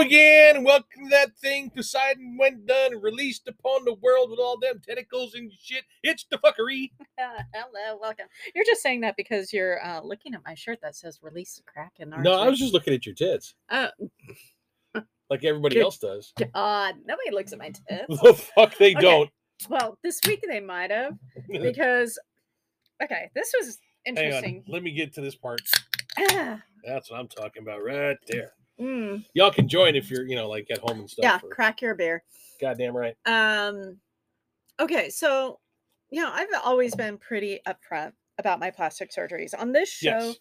again, and welcome to that thing Poseidon went done and released upon the world with all them tentacles and shit. It's the fuckery. Hello, welcome. You're just saying that because you're uh, looking at my shirt that says "Release the Kraken." aren't No, I you? was just looking at your tits, Oh like everybody Good else does. God! Nobody looks at my tits. The fuck they Okay. don't. well, this week they might have because. Okay, this was Hang on, interesting. let me get to this part. Ah, That's what I'm talking about right there. mm, Y'all can join if you're, you know, like at home and stuff. yeah, or- crack your beer. Goddamn right. Um, okay, so you know I've always been pretty upfront about my plastic surgeries. On this show, Yes.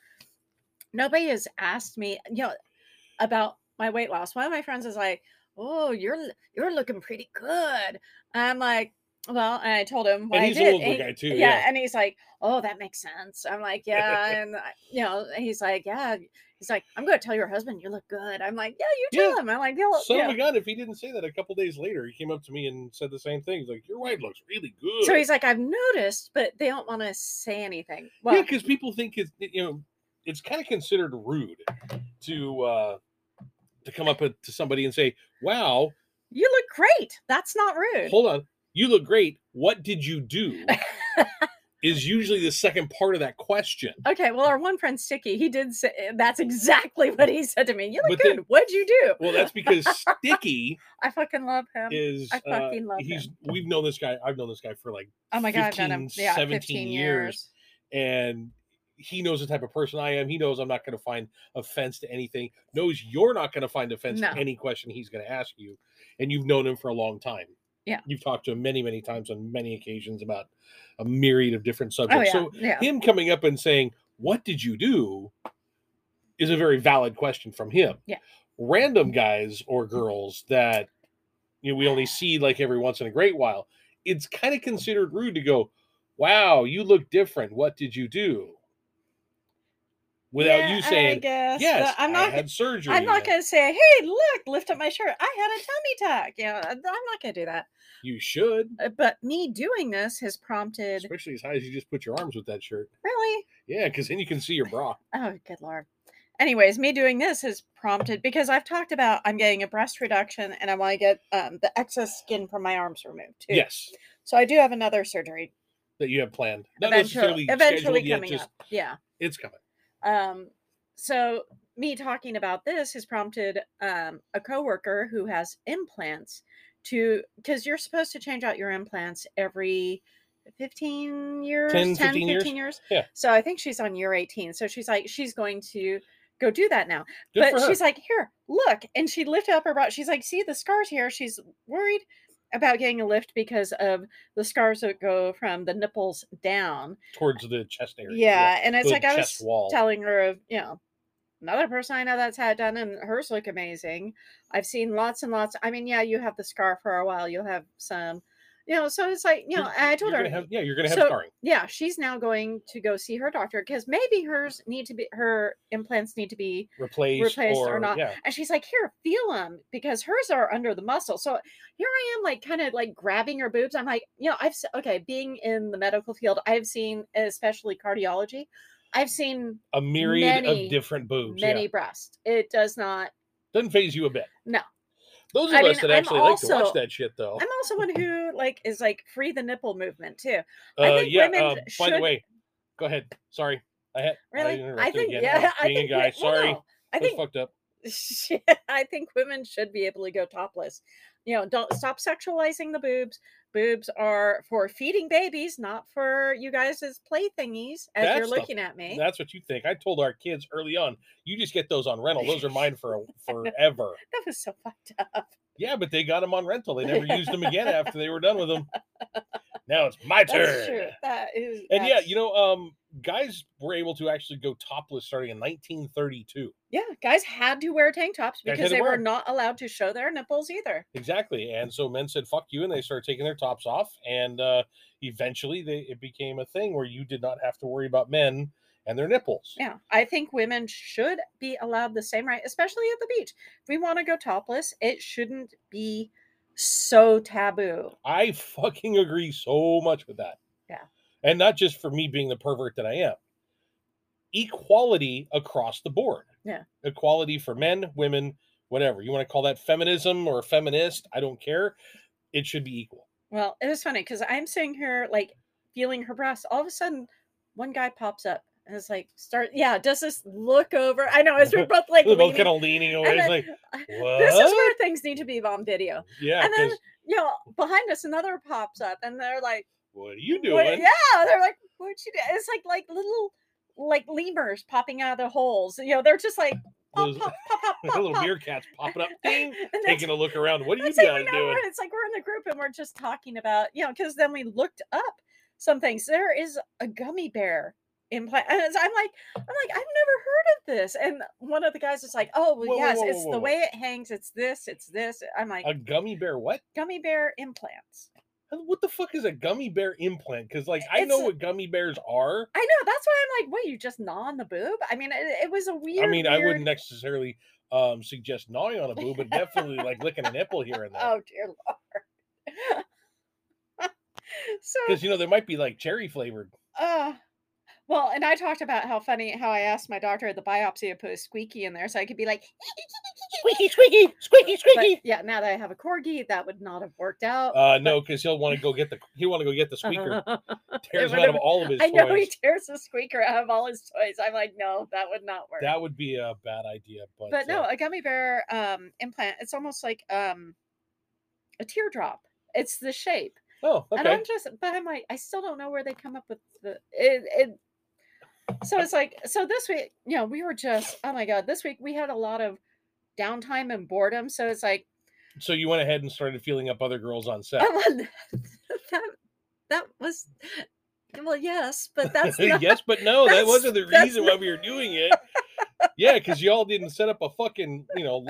nobody has asked me, you know, about my weight loss. One of my friends is like, "Oh, you're l- you're looking pretty good." I'm like, "Well," and I told him what and I he's did. an older and he- guy too. yeah, and he's like, "Oh, that makes sense." I'm like, "Yeah," and I- you know, and he's like, "Yeah." He's like, "I'm going to tell your husband you look good." I'm like, "Yeah, you tell Yeah. him." I'm like, "He'll." Son you of know." a gun, if he didn't say that a couple days later, he came up to me and said the same thing. He's like, Your wife looks really good. So he's like, I've noticed, but they don't want to say Yeah, anything. 'cause Well, yeah, because people think it's you know it's kind of considered rude to uh to come up with- to somebody and say, Wow, you look great. That's not rude. hold on, you look great. What did you do? is usually the second part of that question. okay. Well, our one friend Sticky, he did say eh, that's exactly what he said to me. You look But then- good. What'd you do? Well, that's because Sticky I fucking love him. is I uh, fucking love he's we've known this guy. I've known this guy for like oh my god, I've known him 15, yeah, 17 fifteen years. years. and he knows the type of person I am. He knows I'm not going to find offense to anything. Knows you're not going to find offense No. to any question he's going to ask you, and you've known him for a long time. Yeah. you've talked to him many, many times on many occasions about a myriad of different Oh subjects. yeah, So yeah. him coming up and saying, "What did you do?" is a very valid question from him. Yeah. Random guys or girls that you know we only see like every once in a great while, it's kind of considered rude to go, "Wow, you look different. What did you do?" Without Yeah, you I saying, guess, "Yes, but I'm not. I had surgery." I'm not and gonna say, "Hey, look, lift up my shirt. I had a tummy tuck." You know, I'm not gonna do that. You should, Uh, But me doing this has prompted especially as high as you just put your arms with that shirt. really Yeah, because then you can see your bra. Oh, good lord. Anyways, me doing this is prompted because I've talked about I'm getting a breast reduction and I want to get um, the excess skin from my arms removed too. Yes, So I do have another surgery that you have planned. Not eventually, necessarily eventually scheduled yet, coming just up. Yeah. it's coming. Um, so me talking about this has prompted um, a coworker who has implants to because you're supposed to change out your implants every 15 years 10 15 years? 15 years Yeah. so i think she's on year 18 so she's like she's going to go do that now Good for but her. she's like, here, look. And she lifted up her bra. She's like, see the scars here. She's worried about getting a lift because of the scars that go from the nipples down. towards the chest area. Yeah. And it's the like I was chest wall. telling her of, you know, another person I know that's had it done and hers look amazing. I've seen lots and lots. I mean, yeah, you have the scar for a while. You'll have some, you know, so it's like, you know, You're- and I told you're her gonna have- yeah, you're gonna have so- scarring. yeah, she's now going to go see her doctor because maybe hers need to be her implants need to be Replaced, replaced or or, not. Yeah, And she's like, here, feel them because hers are under the muscle. So here I am, like, kind of like grabbing her boobs. I'm like, you know, I've, se- okay, being in the medical field, I've seen, especially cardiology, I've seen a myriad Many, of different boobs. many yeah. breasts. It does not, Doesn't phase you a bit. No. Those of I us mean, that I'm actually like to watch also- that shit, though. I'm also one who, like, is like free the nipple movement too. Uh, I think yeah. women um, By the should- way, go ahead. Sorry, I had. Really? I, I, think, Again. yeah, I Being think, a wo- guy. well, Sorry, no, I was think, fucked up. I think women should be able to go topless. You know, don't stop sexualizing the boobs. Boobs are for feeding babies, not for you guys as play thingies. As you're That's the- looking at me, That's what you think. I told our kids early on. You just get those on rental. Those are mine for a- forever. that was so fucked up. Yeah, but they got them on rental. They never used them again after they were done with them. Now it's my turn. That's true. That is. And yeah, that's- you know, um, guys were able to actually go topless starting in 1932. yeah, guys had to wear tank tops Guys had because to they wear were 'em. not allowed to show their nipples either. Exactly. And so men said, "Fuck you," and they started taking their tops off. And uh, eventually, they, it became a thing where you did not have to worry about men and their nipples. Yeah, I think women should be allowed the same right, especially at the beach. If we want to go topless, it shouldn't be so taboo. I fucking agree so much with that. Yeah. And not just for me being the pervert that I am. Equality across the board. Yeah. Equality for men, women, whatever you want to call that feminism or feminist i don't care it should be equal Well, it was funny because I'm sitting here like feeling her breasts. All of a sudden, one guy pops up and is like, "Start, yeah." Does this look over? I know as we're both like, they're both leaning, kind of leaning away and it's then- like what this is where things need to be on video. yeah and then- 'cause You know, behind us, another pops up, and they're like, what are you "What- doing Yeah, they're like, "What you do?" It's like like little like lemurs popping out of the holes. You know, they're just like pop, Those- pop, pop, pop, pop, little pop. meerkats popping up ding And that's- taking a look around what are you That's how we guys know doing we're- It's like we're in the group and we're just talking about, you know, because then we looked up some things. There is a gummy bear implant, and it's- I'm like, I'm like, I've never heard of this. And one of the guys is like, Oh, well, Whoa, whoa, yes, whoa, it's whoa, the whoa, way it hangs. It's this. It's this. I'm like, a gummy bear what gummy bear implants. what the fuck is a gummy bear implant because like i It's know a- what gummy bears are I know. That's why I'm like, What? You just gnaw on the boob? I mean, it, it was a weird. I mean, I wouldn't weird- necessarily um, suggest gnawing on a boob, but definitely like licking a nipple here and there. Oh dear lord. so Because, you know, there might be like cherry flavored. Uh, well, and I talked about how funny how I asked my doctor at the biopsy to put a squeaky in there so I could be like, Squeaky, squeaky, squeaky, but yeah, now that I have a corgi, that would not have worked out. Uh, no, because he'll want to go get the he'll want to go get the squeaker. Tears him out of would've- all of his I know he toys. tears the squeaker out of all his toys. I'm like, no, that would not work. That would be a bad idea, but, but no, uh, a gummy bear um implant, it's almost like um a teardrop. It's the shape. oh, And okay. I'm just, but I'm like, I still don't know where they come up with the it. it so it's like, so this week, you know, we were just, oh my god, this week we had a lot of downtime and boredom. So it's like, So you went ahead and started feeling up other girls on set. oh, well, that that was, well, yes, but that's not, yes, but no, that that's- wasn't the that's reason why not- we were doing it. Yeah, because y'all didn't set up a fucking, you know,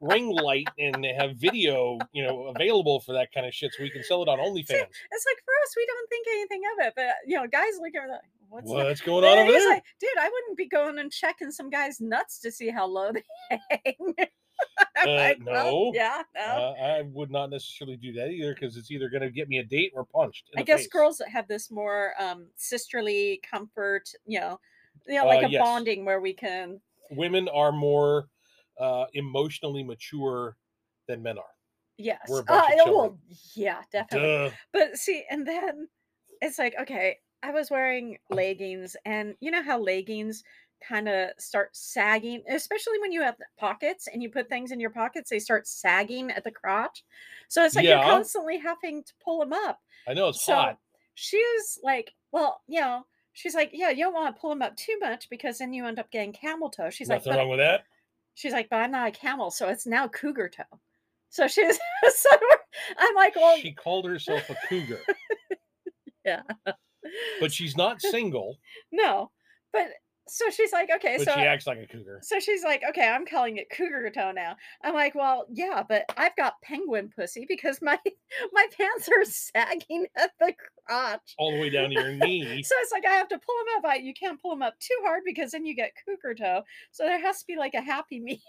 ring light and have video, you know, available for that kind of shit so we can sell it on OnlyFans. it's like for us, we don't think anything of it. But you know, guys look at it like, what's that?" What's going on And over it's there? like, dude, I wouldn't be going and checking some guy's nuts to see how low they hang. I'm Uh, like, well, no. yeah, no. Uh, I would not necessarily do that either because it's either going to get me a date or punched. in I the guess face. girls that have this more um sisterly comfort, you know, you know, Uh, like a yes. bonding where we can. women are more uh, emotionally mature than men are. Yes. We're a bunch of yeah, children. yeah, definitely. Duh. But see, and then it's like, okay, I was wearing leggings, and you know how leggings kind of start sagging, especially when you have pockets and you put things in your pockets, they start sagging at the crotch. So it's like Yeah. you're constantly having to pull them up. I know it's so hot. she was like, well, you know, she's like, yeah, you don't want to pull them up too much because then you end up getting camel toe. She's Nothing like, wrong but, with that. she's like, but I'm not a camel, so it's now cougar toe. So she's so we're- I'm like, well, she called herself a cougar, but she's not single, no, but so she's like, okay, but so she acts like a cougar. so she's like, okay, I'm calling it cougar toe now. I'm like, well, yeah, but I've got penguin pussy because my my pants are sagging at the crotch. all the way down to your knee. So it's like I have to pull them up. I, you can't pull them up too hard because then you get cougar toe. So there has to be like a happy me.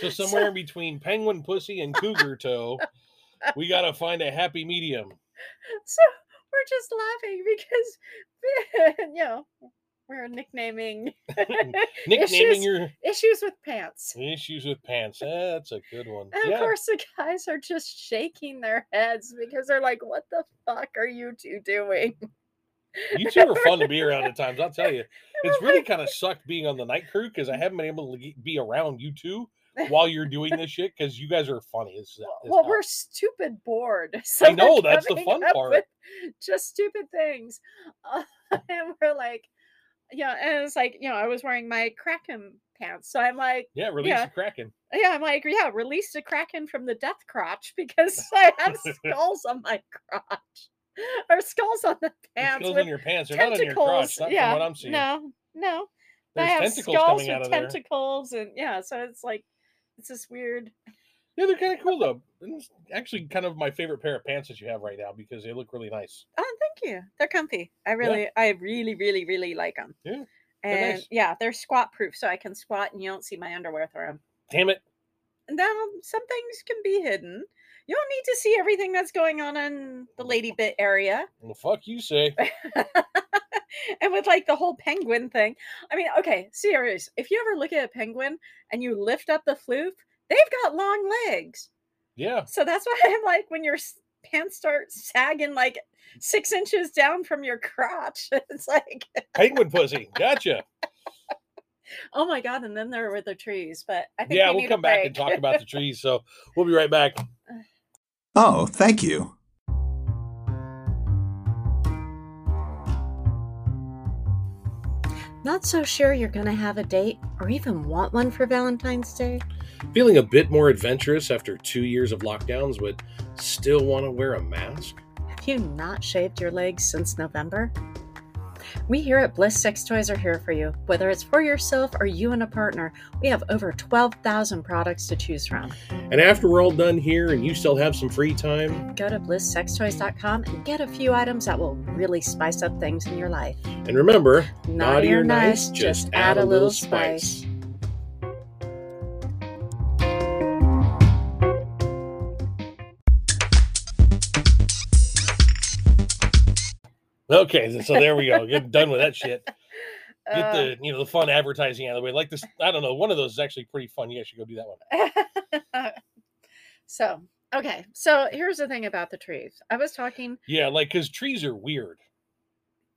So somewhere in between penguin pussy and cougar toe, we gotta find a happy medium. So we're just laughing because, you know, we're nicknaming Nicknaming Issues- your issues with pants. issues with pants. Eh, that's a good one. And yeah. of course, the guys are just shaking their heads because they're like, what the fuck are you two doing? You two are fun to be around at times, I'll tell you. It's we're really kind of sucked being on the night crew because I haven't been able to ge- be around you two while you're doing this shit because you guys are funny. It's, Well, we're stupid bored. So I we're know, that's the coming fun up part. with Just stupid things. Uh, and we're like, yeah, and it's like, you know, I was wearing my Kraken pants. So I'm like, yeah, release yeah. the Kraken. yeah, I'm like, yeah, release the Kraken from the death crotch because I have skulls on my crotch. Or skulls on the It pants. goes With on your pants. They're not on your tentacles. crotch. Not yeah. from what I'm seeing. No, no. I There's have tentacles skulls coming out with of there. tentacles and yeah, so it's like it's this weird Yeah, they're kind of cool though. And It's actually kind of my favorite pair of pants that you have right now because they look really nice. Oh, thank you. They're comfy. I really, I really, really, really like them. Yeah, And nice. yeah, they're squat proof, so I can squat and you don't see my underwear through them. Damn it. Now, some things can be hidden. You don't need to see everything that's going on in the lady bit area. Well, fuck you say. and with like the whole penguin thing, I mean, okay, serious. If you ever look at a penguin and you lift up the floof, They've got long legs. Yeah. So that's why I'm like, when your s- pants start sagging like six inches down from your crotch, it's like, Penguin pussy. Gotcha. oh my God. And then there were the trees. But I think Yeah, we we'll need come a back and break. talk about the trees. So we'll be right back. Oh, thank you. Not so sure you're going to have a date or even want one for Valentine's Day? Feeling a bit more adventurous after two years of lockdowns, but still want to wear a mask? Have you not shaved your legs since November? We here at Bliss Sex Toys are here for you. Whether it's for yourself or you and a partner, we have over 12,000 products to choose from. And after we're all done here and you still have some free time, Go to blisssextoys.com and get a few items that will really spice up things in your life. and remember, Naughty, naughty or or nice, just add a little spice. Okay, so there we go. Get done with that shit. Get Uh. the you know the fun advertising out of the way. Like this, I don't know. One of those is actually pretty fun. You guys should go do that one. so, okay. So, here's the thing about the trees. I was talking Yeah, like because trees are weird,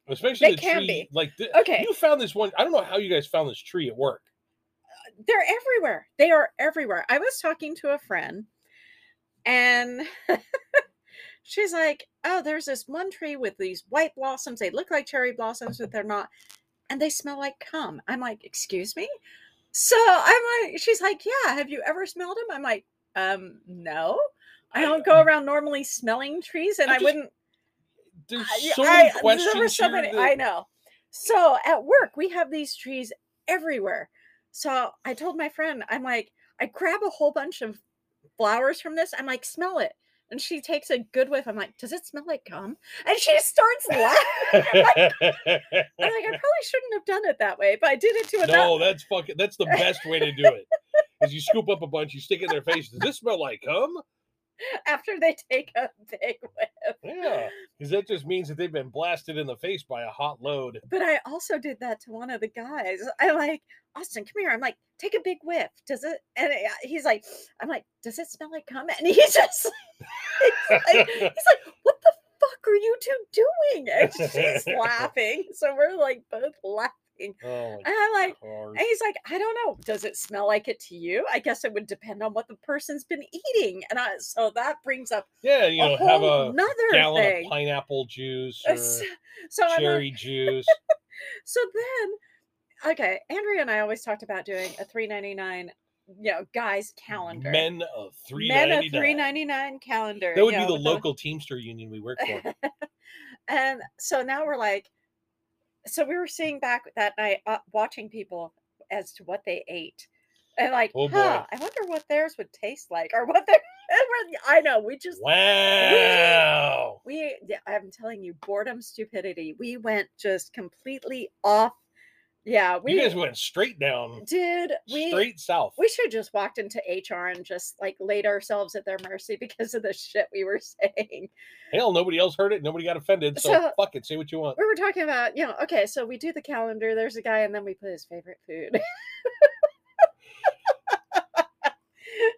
especially They the can tree. be. Like th- Okay. you found this one. I don't know how you guys found this tree at work. they're everywhere. They are everywhere. I was talking to a friend and she's like, Oh, there's this one tree with these white blossoms. They look like cherry blossoms, but they're not. And they smell like cum. I'm like, Excuse me? So I'm like, She's like, Yeah, have you ever smelled them? I'm like, Um, no. I I- don't go around normally smelling trees and I I, just- wouldn't. There's I- so many I- questions. There were so here many. that- I know. So at work, we have these trees everywhere. So I told my friend, I'm like, I grab a whole bunch of flowers from this. I'm like, smell it. And she takes a good whiff. I'm like, does it smell like gum? And she starts laughing. I'm like, I'm like, I probably shouldn't have done it that way, but I did it to another. no, that's fucking. That's the best way to do it. Is you scoop up a bunch, you stick it in their face. Does this smell like cum? After they take a big whiff. Yeah, because that just means that they've been blasted in the face by a hot load. But I also did that to one of the guys. I like, Austin, come here. I'm like, take a big whiff. Does it? And it- he's like, I'm like, does it smell like cum? And he's just, he's like, he's like, what the fuck are you two doing? And she's laughing. So we're like both laughing. And Oh my I'm like, cars. and he's like, I don't know. Does it smell like it to you? I guess it would depend on what the person's been eating. And I, so that brings up Yeah, you know, a have whole a another gallon of thing. pineapple juice Uh, or So, so I'm like, cherry juice. So then, okay, Andrea and I always talked about doing a three ninety nine, you know, guys calendar. Men of three Men ninety a three nine. ninety nine calendar. That would you be know, the with local Teamster union we work for. and so now we're like, so we were seeing back that night, uh, watching people as to what they ate, and like, Oh, boy. huh, I wonder what theirs would taste like, or what their. and we're- I know we just Wow. we yeah, i'm telling you boredom stupidity we went just completely off yeah we you guys went straight down, did we straight south. We should have just walked into HR and just like laid ourselves at their mercy because of the shit we were saying. Hell, nobody else heard it. Nobody got offended. So, So- fuck it. Say what you want. We were talking about, you know, okay, so we do the calendar, there's a guy, and then we put his favorite food.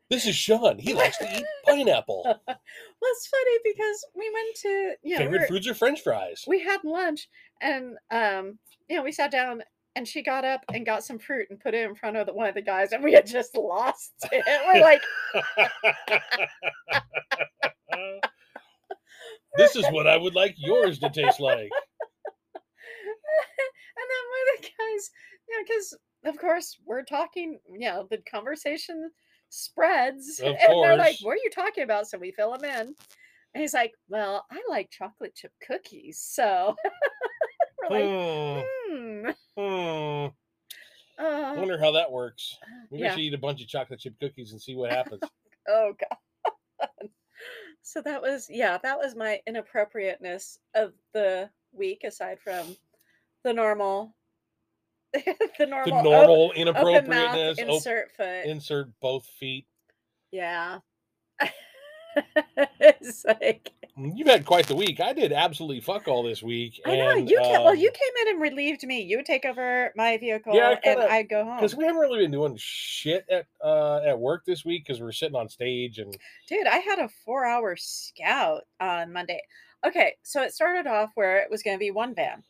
This is Sean. He likes to eat pineapple. well, it's funny because we went to, you know, we, Favorite were- foods are French fries. we had lunch and, um, you know, we sat down and she got up and got some fruit and put it in front of the, one of the guys, and we had just lost it. We're like, this is what I would like yours to taste like. and then one of the guys, you know, because of course we're talking, you know, the conversation spreads, Of and they're like, course. "What are you talking about?" So we fill him in, and he's like, "Well, I like chocolate chip cookies." So we're like, Hmm, "Hmm, hmm. I uh, wonder how that works. Maybe I yeah, should eat a bunch of chocolate chip cookies and see what happens. oh god." So that was, yeah, that was my inappropriateness of the week, aside from the normal, the the normal, op- normal open mouth, inappropriateness, op- insert foot, insert both feet. Yeah. it's like You've had quite the week. I did absolutely fuck all this week. I know and, you ca- well, um, you came in and relieved me. You would take over my vehicle, and kinda- I'd go home. because we haven't really been doing shit at uh at work this week because we're sitting on stage and Dude, I had a four hour scout on Monday. Okay, so it started off where it was going to be one van,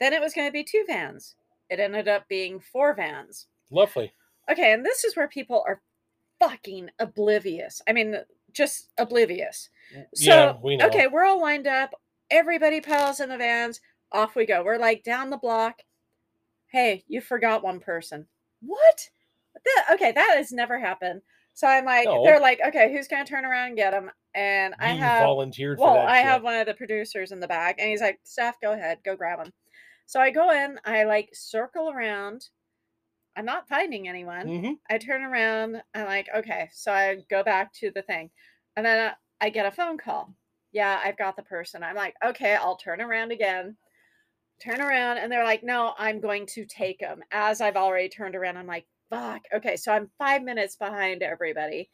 then it was going to be two vans. It ended up being four vans. lovely. Okay, and this is where people are fucking oblivious. I mean, just oblivious. So, yeah, we know. Okay, we're all lined up. Everybody piles in the vans. Off we go. We're like down the block. Hey, you forgot one person. What? That, okay, that has never happened. So I'm like, No. they're like, okay, who's gonna turn around and get him? And I you have volunteered for well, that. I shit. have one of the producers in the back, and he's like, "Staff, go ahead, go grab him." So I go in. I like circle around. I'm not finding anyone. Mhm. I turn around. I'm like, okay. So I go back to the thing. And then uh, I get a phone call. Yeah, I've got the person. I'm like, okay, I'll turn around again. Turn around. And they're like, no, I'm going to take them as I've already turned around. I'm like, fuck. Okay. So I'm five minutes behind everybody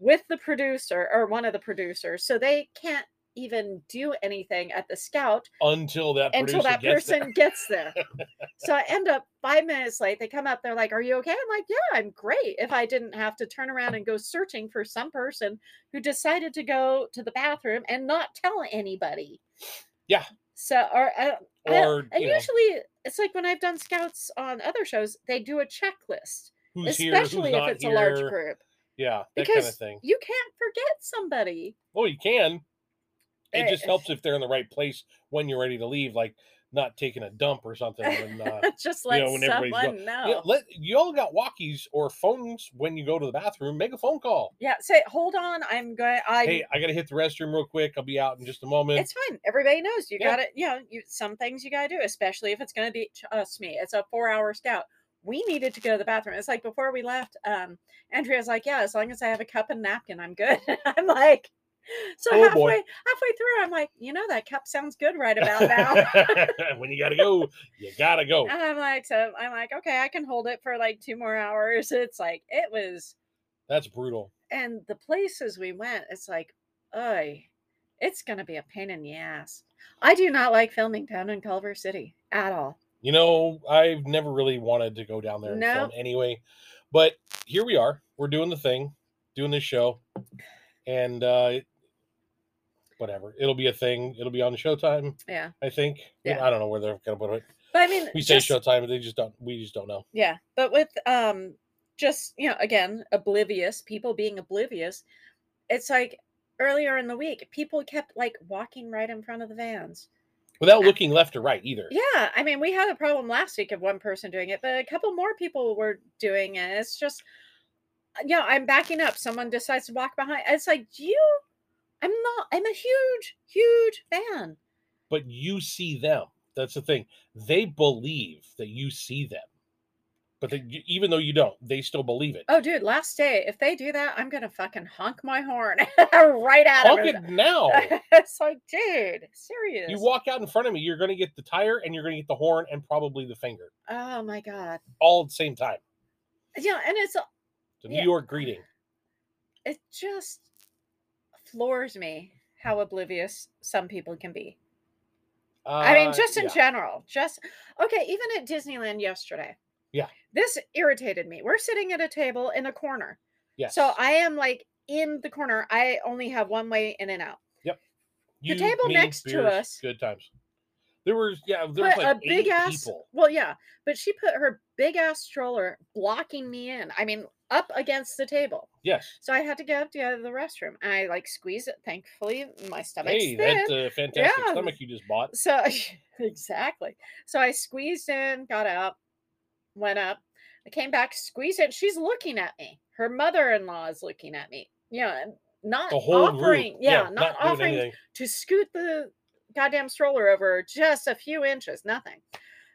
with the producer or one of the producers. So they can't even do anything at the scout until that until producer that gets there. person gets there. so I end up five minutes late. They come up, they're like, Are you okay? I'm like, Yeah, I'm great. If I didn't have to turn around and go searching for some person who decided to go to the bathroom and not tell anybody. Yeah. So, or, uh, or and you know, usually it's like when I've done scouts on other shows, they do a checklist, who's here, who's especially not if it's here. a large group, Yeah, that because kind of thing. you can't forget somebody. Well, you can. It Eh, just helps if they're in the right place when you're ready to leave, like not taking a dump or something. When, uh, Just you let know, when everybody's go- someone know. yeah, let you all got walkies or phones when you go to the bathroom. Make a phone call. yeah, say, hold on, I'm going. I Hey, I gotta hit the restroom real quick. I'll be out in just a moment. it's fine. Everybody knows you Yeah. got to You know, you some things you got to do, especially if it's going to be. Trust me, it's a four-hour scout. We needed to go to the bathroom. It's like before we left, um, Andrea's like, "Yeah, as long as I have a cup and napkin, I'm good." I'm like, so Oh, halfway boy. halfway through, I'm like, you know, that cup sounds good right about now. when you gotta go, you gotta go. and I'm like, so I'm like, okay, I can hold it for like two more hours. It's like it was, That's brutal. and the places we went, it's like, oi, it's gonna be a pain in the ass. I do not like filming down in Culver City at all. You know, I've never really wanted to go down there and film No. anyway. But here we are. We're doing the thing, doing this show. And uh whatever. It'll be a thing. It'll be on Showtime, Yeah. I think. Yeah. I don't know where they're gonna put it. But I mean, We say just- Showtime, they just don't we just don't know. Yeah. But with um just, you know, again, oblivious, people being oblivious, it's like earlier in the week, people kept like walking right in front of the vans. Without looking left or right either. Yeah, I mean, we had a problem last week of one person doing it, but a couple more people were doing it. It's just, uh, yeah, I'm backing up. Someone decides to walk behind. It's like you, I'm not. I'm a huge, huge fan. But you see them. That's the thing. They believe that you see them. But that you, even though you don't, they still believe it. Oh, dude, last day, if they do that, I'm gonna fucking honk my horn right at Honk them. it now. it's like, dude, serious. You walk out in front of me, you're going to get the tire and you're going to get the horn and probably the finger oh my god. all at the same time. Yeah, and it's It's a New Yeah. York greeting. it just floors me how oblivious some people can be. I mean, Uh, just in yeah. general, just okay. Even at Disneyland yesterday, Yeah. this irritated me. We're sitting at a table in a corner, Yes. so uh, I am like in the corner. I only have one way in and out. You, table me, next to us- Good times. There was, yeah, there was But like a big eight ass, people. well, yeah, but she put her big ass stroller blocking me in. I mean, up against the table, Yes. so I had to get up to go to the restroom. I like squeeze it. Thankfully, my stomach's Hey, thin. that's a fantastic Yeah. stomach you just bought. So exactly. So I squeezed in, got up, went up. I came back, squeezed in. She's looking at me. Her mother-in-law is looking at me. Yeah, not The whole offering. group. Yeah, not, doing offering anything. to scoot the goddamn stroller over just a few inches. Nothing.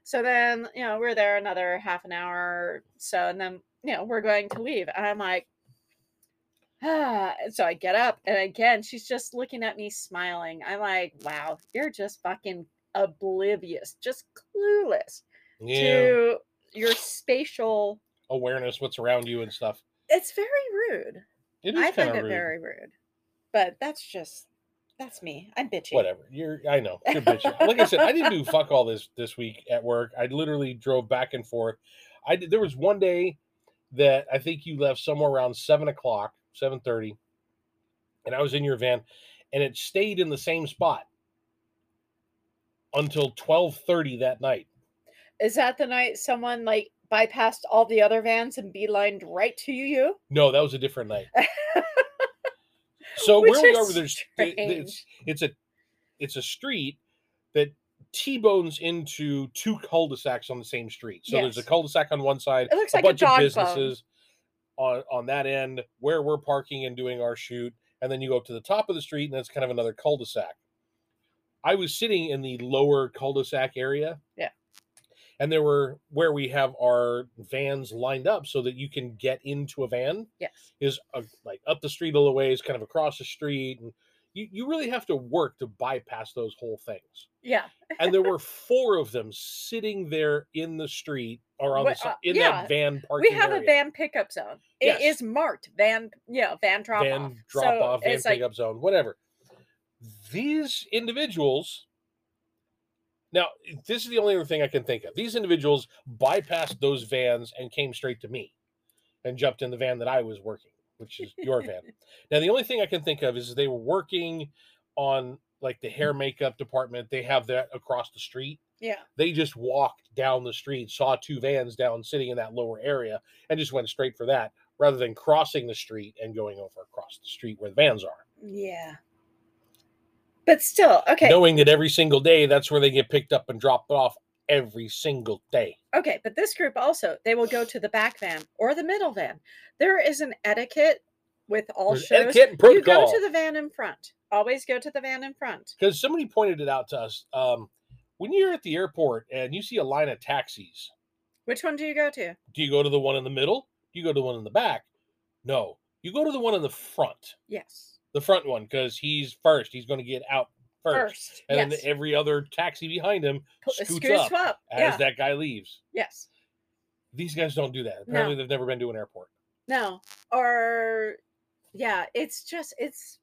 So then, you know, we're there another half an hour or so, and then you know we're going to leave. And I'm like, ah. And so I get up, and again, she's just looking at me smiling. I'm like, wow, you're just fucking oblivious, just clueless Yeah. to your spatial. Awareness, what's around you and stuff. It's very rude. It is I kind find of it rude. very rude, but that's just That's me. I'm bitchy. Whatever. You're I know. You're bitchy. like I said, I didn't do fuck all this this week at work. I literally drove back and forth. I did, there was one day that I think you left somewhere around seven o'clock, seven thirty, and I was in your van, and it stayed in the same spot until twelve thirty that night. Is that the night someone like bypassed all the other vans and beelined right to you? You? No, that was a different night. so Which where we is are, there's th- th- it's it's a it's a street that t-bones into two cul-de-sacs on the same street. So there's Yes. a cul-de-sac on one side, It looks a like a bunch of dog bone. businesses on on that end where we're parking and doing our shoot, and then you go up to the top of the street, and that's kind of another cul-de-sac. I was sitting in the lower cul-de-sac area. Yeah. And there were where we have our vans lined up so that you can get into a van Yes. is uh like up the street a little ways, kind of across the street, and you, you really have to work to bypass those whole things. Yeah. And there were four of them sitting there in the street or on Wha- the, si- uh, in yeah, that van We parking. have a area. van pickup zone. It Yes. is marked van, yeah, van drop van off. drop off, van it's like, pickup zone, whatever. These individuals. Now, this is the only other thing I can think of. These individuals bypassed those vans and came straight to me and jumped in the van that I was working, which is your van. Now, the only thing I can think of is they were working on like the hair makeup department. They have that across the street. yeah, They just walked down the street, saw two vans down sitting in that lower area, and just went straight for that rather than crossing the street and going over across the street where the vans are. yeah. But still, okay, Knowing that every single day that's where they get picked up and dropped off every single day. okay. But this group also, they will go to the back van or the middle van. There is an etiquette with all There's shows. etiquette and you go protocol. to the van in front. Always go to the van in front. because somebody pointed it out to us. Um, when you're at the airport and you see a line of taxis, Which one do you go to? do you go to the one in the middle? Do you go to the one in the back? No, you go to the one in the front, Yes, the front one, because he's first. He's going to get out first, first. and yes, then every other taxi behind him Pu- scoots scoots up up. as uh, Yeah. that guy leaves. yes. These guys don't do that. Apparently, they've never been to an airport. No. Or yeah, it's just it's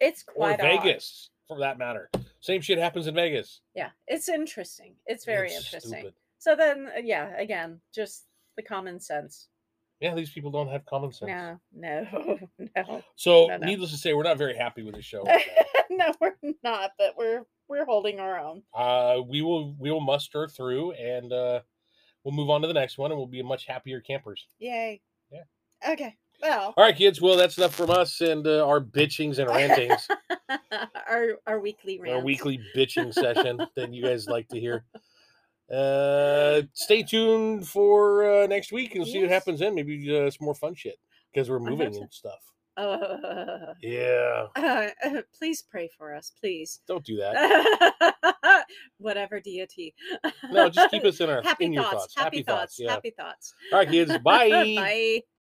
it's Or quite odd. Vegas, for that matter. Same shit happens in Vegas. Yeah, it's interesting. It's very It's interesting. stupid. So then, uh, yeah, again, just the common sense. Yeah, these people don't have common sense. No, no, no, So, No, no. needless to say, we're not very happy with the show. right now. no. We're not, but we're we're holding our own. uh, we will we will muster through and uh, we'll move on to the next one and we'll be much happier campers. Yay. Yeah. Okay. Well, All right, kids. Well, that's enough from us and uh, our bitchings and rantings, our our weekly rant. our weekly bitching session that you guys like to hear. Uh, stay tuned for uh, next week and see what Yes. happens then. Maybe uh, some more fun shit because we're hope moving so. and stuff. Uh, Yeah, uh, please pray for us, please. don't do that. Whatever deity. No, just keep us in our happy in your thoughts. thoughts, Happy thoughts. Yeah. Happy thoughts. All right, kids. Bye. Bye.